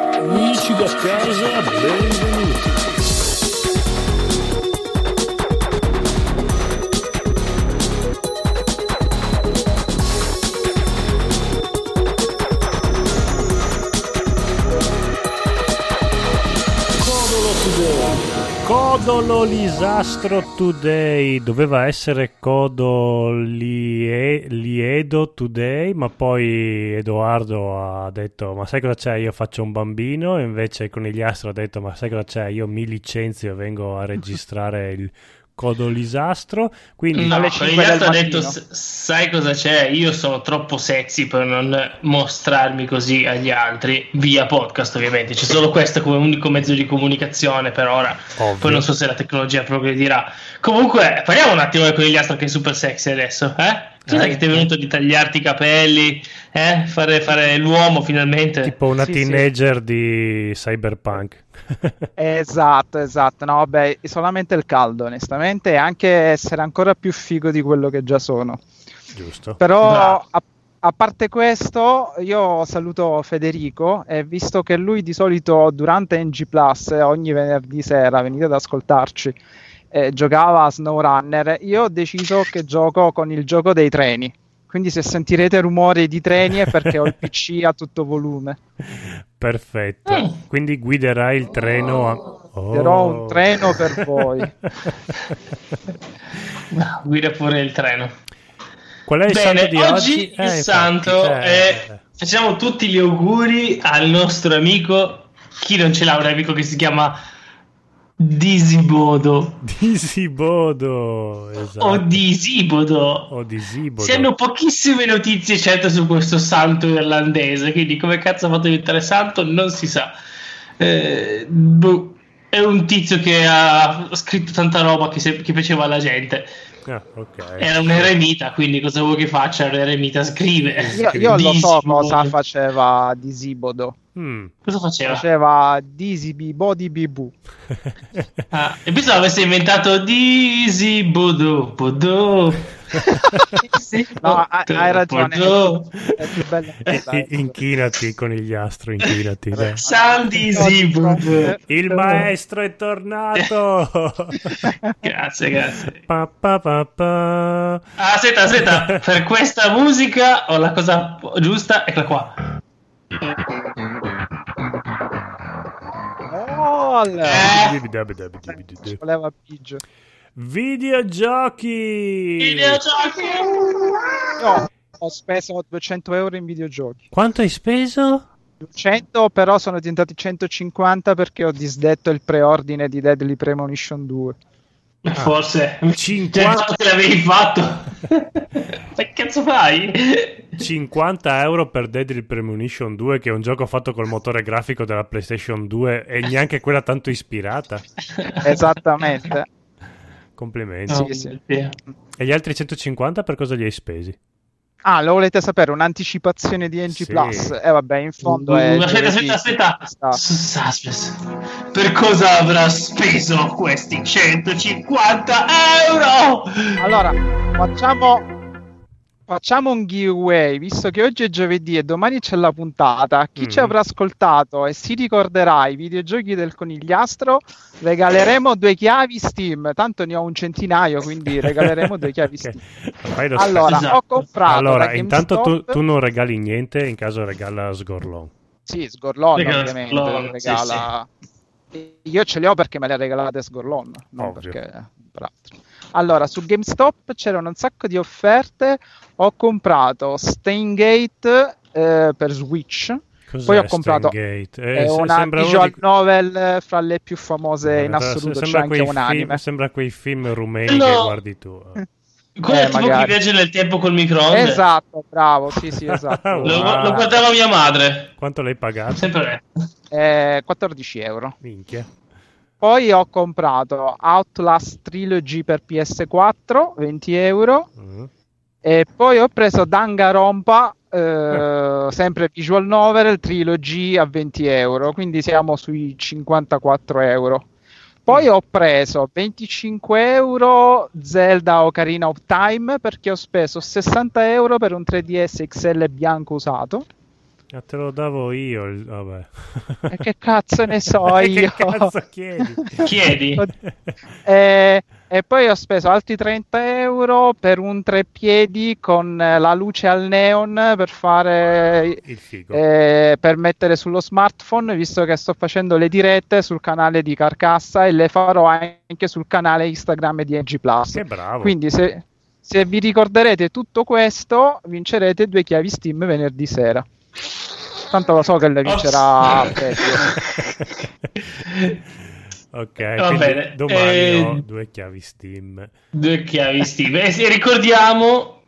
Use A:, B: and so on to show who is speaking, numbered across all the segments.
A: amici da casa, benvenuti. Codolo Today. Codolo Lisastro Today doveva essere Codolie- Liedo Today, ma poi Edoardo ha detto: Ma sai cosa c'è? Io faccio un bambino. E invece Conigliastro ha detto: Ma sai cosa c'è? Io mi licenzio e vengo a registrare il Codolisastro. Quindi,
B: No,
C: Alle
B: con il
C: cinque del
B: gatto ha
C: mattino.
B: detto, "S- sai cosa c'è? Io sono troppo sexy per non mostrarmi così agli altri, via podcast ovviamente, c'è solo questo come unico mezzo di comunicazione per ora,
C: Mm.
B: poi
A: ovvio,
B: non so se la tecnologia progredirà. Comunque, parliamo un attimo del conigliastro che è super sexy adesso, eh? Cos'è
C: Eh.
B: che ti è venuto di tagliarti i capelli, eh? Fare, fare l'uomo finalmente?
A: tipo una
C: Sì, sì.
A: teenager di cyberpunk.
C: Esatto, esatto. No, vabbè, solamente il caldo, onestamente, e anche essere ancora più figo di quello che già sono.
A: Giusto.
C: Però
B: Bravo.
C: a, a parte questo, io saluto Federico e visto che lui di solito durante NG Plus, eh, ogni venerdì sera, venite ad ascoltarci, eh, giocava a SnowRunner, io ho deciso che gioco con il gioco dei treni. Quindi se sentirete rumori di treni è perché ho il PC a tutto volume.
A: Perfetto.
B: Mm.
A: Quindi guiderai il treno a... Oh.
C: Guiderò un treno per voi.
B: No, guida pure il treno.
A: Qual è Eh, il santo
B: Bene,
A: di
B: oggi,
A: oggi?
B: il
A: Eh, infatti,
B: santo
A: eh,
B: è... Facciamo tutti gli auguri al nostro amico, chi non ce l'ha un amico che si chiama Disibodo
A: Disibodo. Esatto.
B: o Disibodo.
A: O Disibodo.
B: Si hanno pochissime notizie certe su questo santo irlandese, quindi come cazzo ha fatto diventare santo non si sa. Eh, boh, è un tizio che ha scritto tanta roba che, se- che piaceva alla gente.
A: Ah, ok.
B: Era un eremita, quindi cosa vuoi che faccia? Un eremita scrive.
C: Io, io lo so
B: Disibodo.
C: cosa faceva Disibodo.
A: Mm.
B: Cosa faceva?
C: Cioè, Faceva Disibi Body Bibu.
B: Ah, e questo l'avesse inventato Disi Bodo Bodo.
C: No, ha- hai ragione.
B: Bodo.
C: È più bello.
A: I- Inchinati conigliastro, inchinati. dai.
B: San Disi Bodo.
A: Il maestro è tornato.
B: Grazie, grazie.
A: Pa, pa, pa, pa.
B: Ah, aspetta, aspetta, per questa musica ho la cosa giusta, eccola qua.
C: Gol!
B: Eh,
A: Eh.
C: Ci voleva Biggio.
A: Videogiochi.
B: videogiochi!
C: Io ho speso 200 euro in videogiochi.
A: Quanto hai speso?
C: 200 però sono diventati 150 perché ho disdetto il preordine di Deadly Premonition 2. Ah.
B: Forse. Cioè,
A: 50,
B: se l'avevi fatto. che cazzo fai?
A: 50 euro per Deadly Premonition 2, che è un gioco fatto col motore grafico della PlayStation 2 e neanche quella tanto ispirata.
C: Esattamente.
A: Complimenti.
B: No,
C: Sì, sì.
B: sì.
A: E gli altri 150 per cosa li hai spesi?
C: Ah, lo volete sapere? Un'anticipazione di NG
A: Sì.
C: Plus. E vabbè, in fondo è...
B: Mm, aspetta,
C: giovedì,
B: aspetta, aspetta.
C: sta-
B: S- Suspense. Per cosa avrà speso questi 150 euro?
C: Allora, facciamo... Facciamo un giveaway, visto che oggi è giovedì e domani c'è la puntata. Chi ci
A: Mm.
C: avrà ascoltato e si ricorderà i videogiochi del conigliastro, regaleremo due chiavi Steam. Tanto ne ho un centinaio, quindi regaleremo due chiavi
A: Ok.
C: Steam.
A: Ormai lo sai.
C: Allora,
B: Esatto.
C: ho comprato
A: Allora,
C: da
A: intanto tu,
C: GameStop-
A: tu non regali niente, in caso regala Sgorlon.
C: Sì, Sgorlon
B: Regala
C: ovviamente,
B: Sgorlon,
C: regala... Io ce li ho perché me le ha regalate Sgorlon, non
A: Ovvio.
C: perché... peraltro. Allora, su GameStop c'erano un sacco di offerte, ho comprato Steingate eh, per Switch,
A: Cos'è
C: Poi ho comprato-
A: Stargate? Eh,
C: è
A: se-
C: una
A: sembra uno
C: visual
A: di-
C: novel eh, fra le più famose in
A: Eh,
C: assoluto, c'è
A: sembra
C: anche
A: quei
C: un anime.
A: Film, sembra quei film rumeni
B: Quello-
A: che guardi tu.
B: Quello
C: Eh,
B: è tipo
C: magari.
B: chi viaggia nel tempo col microonde.
C: Esatto, bravo, sì sì esatto.
B: Lo,
A: Wow.
B: lo guardava mia madre.
A: Quanto l'hai
C: Ah.
A: pagato?
B: Sempre lei.
C: Eh, 14 euro.
A: Minchia.
C: Poi ho comprato Outlast Trilogy per PS4, 20 euro.
A: Mm.
C: E poi ho preso Danganronpa, eh, sempre Visual Novel Trilogy a 20 euro. Quindi siamo sui 54 euro. Poi ho preso 25 euro Zelda Ocarina of Time perché ho speso 60 euro per un 3DS XL bianco usato.
A: Ma Ah, te lo davo io, il- vabbè.
C: E che cazzo ne so
A: Eh,
C: io? Eh,
A: che cazzo chiedi?
B: Chiedi.
C: E, e poi ho speso altri 30 euro per un treppiedi con eh, la luce al neon per fare
A: Il figo.
C: eh, per mettere sullo smartphone visto che sto facendo le dirette sul canale di Carcassa e le farò anche sul canale Instagram di NG Plus.
A: che bravo.
C: Quindi se, se vi ricorderete tutto questo vincerete due chiavi Steam venerdì sera. Tanto lo so che le vincerà
B: Oh,
C: Peppio.
A: ok,
B: Va
A: quindi
B: bene,
A: domani
B: eh,
A: ho due chiavi Steam.
B: Due chiavi Steve. E se- ricordiamo,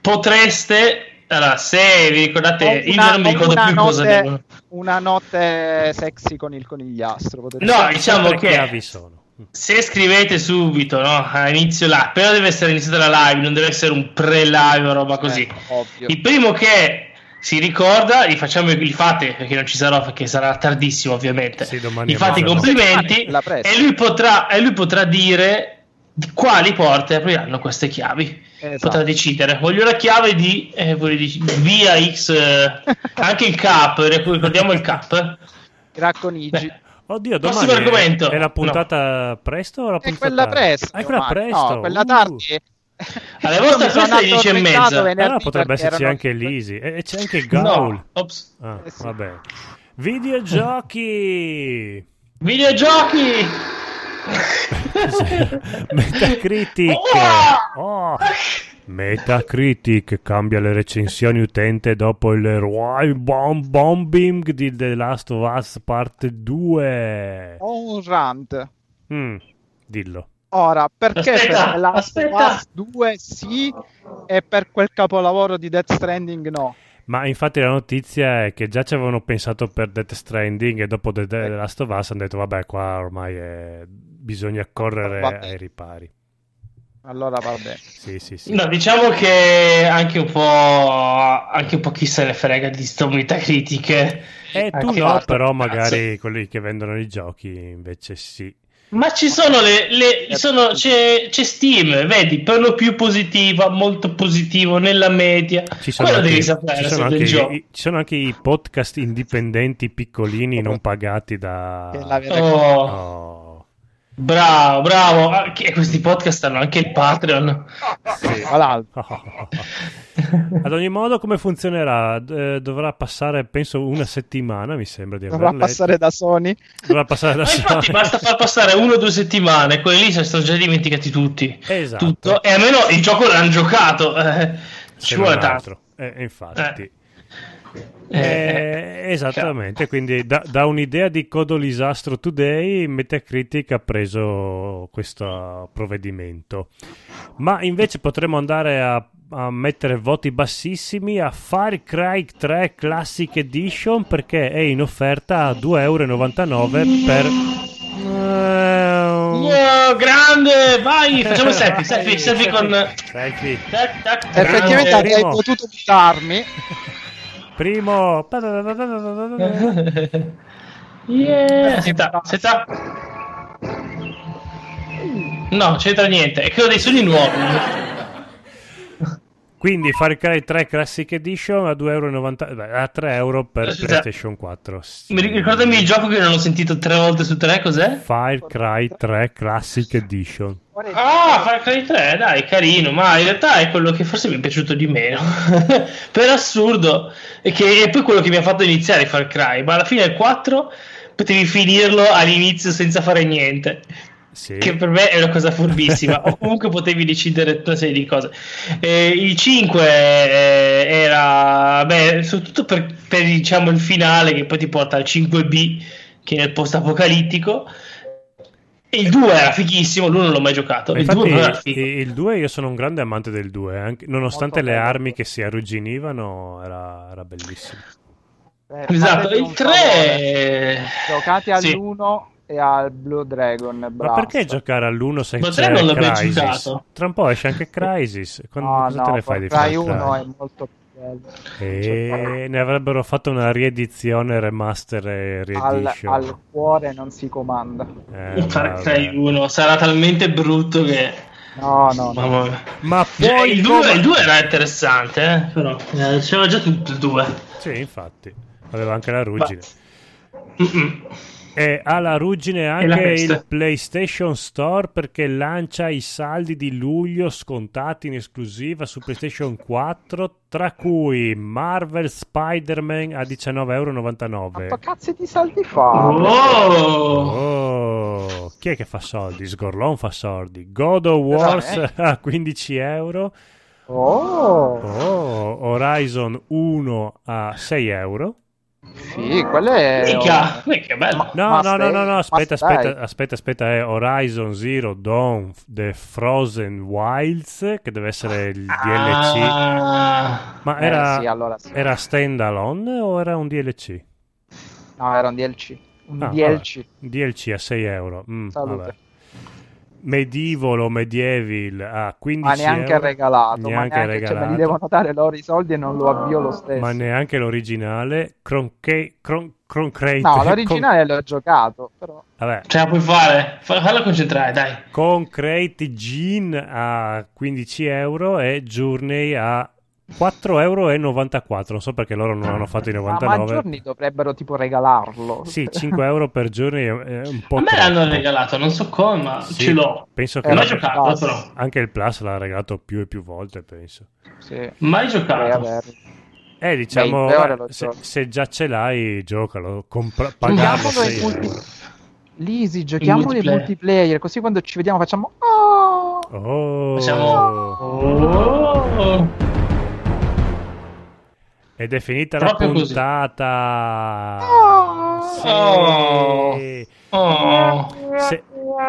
B: potreste... Allora, se vi ricordate, io
C: Una-
B: non mi ricordo
C: una
B: più cosa
C: notte-
B: devo...
C: Una notte sexy con il conigliastro. potete
B: No, diciamo
A: Tre
B: che-
A: chiavi sono.
B: Se scrivete subito, no? A inizio live, però deve essere iniziata la live, non deve essere un pre-live o roba
C: dire.
B: così.
C: Eh, ovvio.
B: Il primo che si ricorda, li, facciamo, li fate perché non ci sarò, perché sarà tardissimo ovviamente.
A: Sì, domani
B: Gli
A: è
B: fate i
A: mezzanotte.
B: complimenti
C: La presa.
B: e lui, potrà, e lui potrà dire di quali porte apriranno queste chiavi.
C: Esatto.
B: Potrà decidere, voglio la chiave di, eh, voglio di- via X, eh, anche il cap, eh, ricordiamo il cap.
C: Racconigi.
B: Beh,
A: Oddio, domani
B: Prossimo
A: è,
B: argomento.
A: è la puntata presto o la
C: E
A: puntata
C: quella presto.
A: Ah, è quella
C: ormai.
A: presto.
C: No, quella
A: Uh.
C: tardi.
B: Alla vostra
C: Io mi sono
B: festa alle
C: andato
B: 10 e mezza.
C: addormentato
A: Ah,
C: venerdì
A: potrebbe
C: perché
A: esserci
C: erano-
A: anche l'Easy. E, e c'è anche Gaul.
B: No, ops.
A: Ah,
C: Eh sì.
A: vabbè. Videogiochi.
B: Videogiochi!
A: Metacritic. Oh. Metacritic cambia le recensioni utente dopo il Royal Bomb Bombing di The Last of Us Part 2.
C: Ho un rant.
A: Mm, dillo.
C: Ora, perché
B: Aspetta,
C: per la
B: aspetta.
C: Fast 2 sì e per quel capolavoro di Death Stranding no?
A: Ma infatti la notizia è che già ci avevano pensato per Death Stranding e dopo The,
C: Eh.
A: The Last of Us hanno detto vabbè qua ormai è- bisogna correre
C: Vabbè.
A: ai ripari.
C: Allora vabbè.
A: Sì, sì, sì.
B: No, diciamo che anche un po', anche un po' chi se ne frega di stomunità critiche.
A: Eh, tu
B: Anche
A: no,
B: basta,
A: però
B: cazzo.
A: magari quelli che vendono i giochi invece sì.
B: Ma ci sono le. le- sono- c'è, c'è Steam, vedi, per lo più positiva, molto positivo nella media.
A: Ci sono
B: Quello
A: anche,
B: devi sapere
A: ci
B: se
A: sono
B: del
A: anche
B: gioco.
A: i, ci sono anche i podcast indipendenti piccolini non pagati
C: Che è la
A: da...
C: vera-
B: Oh,
A: Oh,
B: Bravo, bravo. Anche questi podcast hanno anche il Patreon.
A: sì.
C: Tra l'altro,
A: Oh. Ad ogni modo, come funzionerà? D- eh, dovrà passare, penso, una settimana, mi sembra di aver
C: dovrà
A: letto.
C: passare da Sony.
A: Dovrà passare da
B: Ma infatti
A: sola.
B: basta far passare una o due settimane, quelli lì si sono già dimenticati tutti.
A: Esatto.
B: Tutto. E almeno il gioco l'hanno giocato. eh.
A: Se
B: ci
A: non
B: vuole tanto.
A: altro. Eh, infatti.
B: Eh,
A: Eh, esattamente, quindi da, da un'idea di Codolisastro Today Metacritic ha preso questo provvedimento. Ma invece potremmo andare a, a mettere voti bassissimi a Far Cry 3 Classic Edition perché è in offerta a 2,99€ per... Eh,
B: Wow, grande, vai, Ehm. facciamo il selfie, selfie, selfie con...
A: Selfie.
B: Tac, tac, tac.
C: Effettivamente
A: Primo.
C: avrei potuto mutarmi.
A: Primo...
B: Yeah. Senta, senta. No, c'entra niente, è quello dei sogni nuovi.
A: Quindi Far Cry 3 Classic Edition a 2,90 beh, a 3 euro per
B: Scusa.
A: PlayStation 4. Sì.
B: Mi ric- Ricordami il gioco che non ho sentito tre volte su tre, cos'è?
A: Far Cry 3 Classic Edition.
B: Ah, Far Cry 3, dai, carino, ma in realtà è quello che forse mi è piaciuto di meno. per assurdo, e che è poi quello che mi ha fatto iniziare Far Cry, ma alla fine il 4 potevi finirlo all'inizio senza fare niente.
A: Sì.
B: che per me è una cosa furbissima. o comunque potevi decidere tutta una serie di cose. Eh, il 5 eh, era, beh, soprattutto per, per, diciamo, il finale che poi ti porta al 5B, che è il post apocalittico. E il 2 era fighissimo, lui non l'ho mai giocato.
A: Ma
B: Il 2 era
A: Eh, Infatti,
B: figo.
A: i- il 2 io sono un grande amante del 2, anche- nonostante
C: Molto
A: le
C: bello.
A: armi che si arrugginivano, era, era bellissimo.
C: eh,
B: Esatto, il 3
C: Giocate
B: Sì.
C: all'1 e al Blue Dragon.
A: Ma
C: basta.
A: perché giocare all'1 se
B: Ma
A: c'è
B: tre non l'abbiamo
A: Crysis?
B: giocato.
A: Tra un po' esce anche Crysis. Quando,
C: No,
A: cosa te
C: no,
A: ne fai di Eh,
C: Far Cry
A: Far Cry?
C: 1 è molto più bello. Cioè,
A: E ne avrebbero fatto una riedizione, remaster e
C: Al,
A: reedition.
C: al cuore non si comanda.
A: Eh,
B: Far
A: vabbè.
B: Cry 1 sarà talmente brutto che
C: No, no, no.
B: Mamma mia.
A: Ma
B: Cioè,
A: poi
B: il
A: come-
B: 2 era interessante, eh, però eh, c'era già tutto il 2.
A: Sì, infatti. Aveva anche la ruggine.
B: Mm-mm.
A: E ha la ruggine
B: la
A: anche
B: peste.
A: il PlayStation Store perché lancia i saldi di luglio scontati in esclusiva su PlayStation 4, tra cui Marvel Spider-Man a 19,99
C: Ma che cazzo di saldi fa?
B: Oh!
A: Oh, chi è che fa soldi? Sgorlon fa soldi. God of Wars
C: Dai.
A: a 15 euro.
C: Oh,
A: Oh, Horizon 1 a 6 euro.
C: sì, quello è...
B: Mica, mica bello.
A: No,
C: Ma
A: no, no,
C: stai-
A: no, no,
C: ma
A: aspetta,
C: stai.
A: aspetta, aspetta, aspetta, è Horizon Zero Dawn The Frozen Wilds, che deve essere il DLC.
B: Ah.
A: Ma
C: Eh,
A: era,
C: sì, allora sì.
A: era stand alone o era un DLC?
C: No, era un DLC. Un
A: Ah,
C: DLC.
A: Un DLC a 6 euro. Mm,
C: Salute.
A: vabbè. Medivolo Medieval a 15
C: Ma neanche
A: euro.
C: regalato. ma
A: eh, Neanche
C: neanche- cioè, me
A: regalato.
C: li devono dare loro i soldi e non lo avvio lo stesso.
A: ma neanche l'originale Cronche, cron, Croncrate
C: No, l'originale l'ho giocato, però...
A: con, vabbè,
B: Ce la puoi fare, Fa- falla concentrare, dai.
A: Concrete Gin a 15 euro e Journey a 4,94 euro non so perché loro non hanno fatto i
C: Ma, ma
A: 99
C: giorni dovrebbero tipo regalarlo.
A: sì 5 euro per Journey è è un po'
B: A me
A: troppo.
B: l'hanno regalato, non so come, ma
A: Sì,
B: ce l'ho.
A: penso che
C: Eh,
B: Mai
C: vabbè,
B: giocato,
C: basta.
B: però.
A: anche il Plus l'ha regalato più e più volte penso
C: Sì.
B: Mai
C: dovrei
B: giocato.
C: averlo.
A: eh diciamo
C: Beh, in teoria
A: eh,
C: lo
A: se,
C: gioco.
A: se già ce l'hai giocalo compra- pagarlo
C: Diamolo in
A: sei
C: multi-
A: euro.
C: Lisi, giochiamolo in
B: multiplayer.
C: multiplayer, così quando ci vediamo facciamo... Oh!
A: Oh.
B: Facciamo- Oh.
A: Ed è finita
B: Proprio
A: la
B: così.
A: puntata.
C: Oh.
A: Sì.
B: Oh. Oh.
A: Se-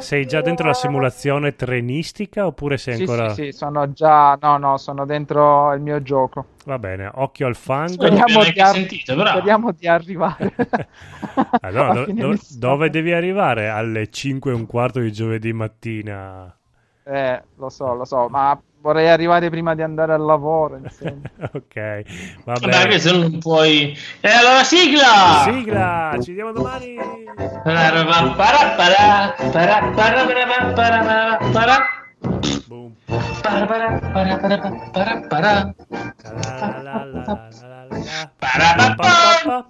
A: sei già dentro la simulazione trenistica oppure sei
C: Sì,
A: ancora...
C: sì, sì, sono già... No, no, sono dentro il mio gioco.
A: Va bene, occhio al fango.
B: Speriamo-
C: Speriamo
B: neanche
C: di, ar-
B: sentito, bravo.
C: speriamo di arrivare.
A: Allora,
C: Alla
A: do-
C: fine
A: do-
C: mi sa-
A: dove devi arrivare? Alle 5 e un quarto di giovedì mattina.
C: Eh, lo so, lo so, ma vorrei arrivare prima di andare al lavoro. insomma.
A: ok, va
B: Vabbè, anche
A: bene.
B: se non puoi... E allora sigla!
A: Sigla, ci vediamo domani.
B: Parapara, parapara, parapara, parapara, parapara,
A: Boom.
B: parapara, parapara, parapara, parapara.
A: La la la la la la la. Pa,
B: Parapapam.
A: pa, pa.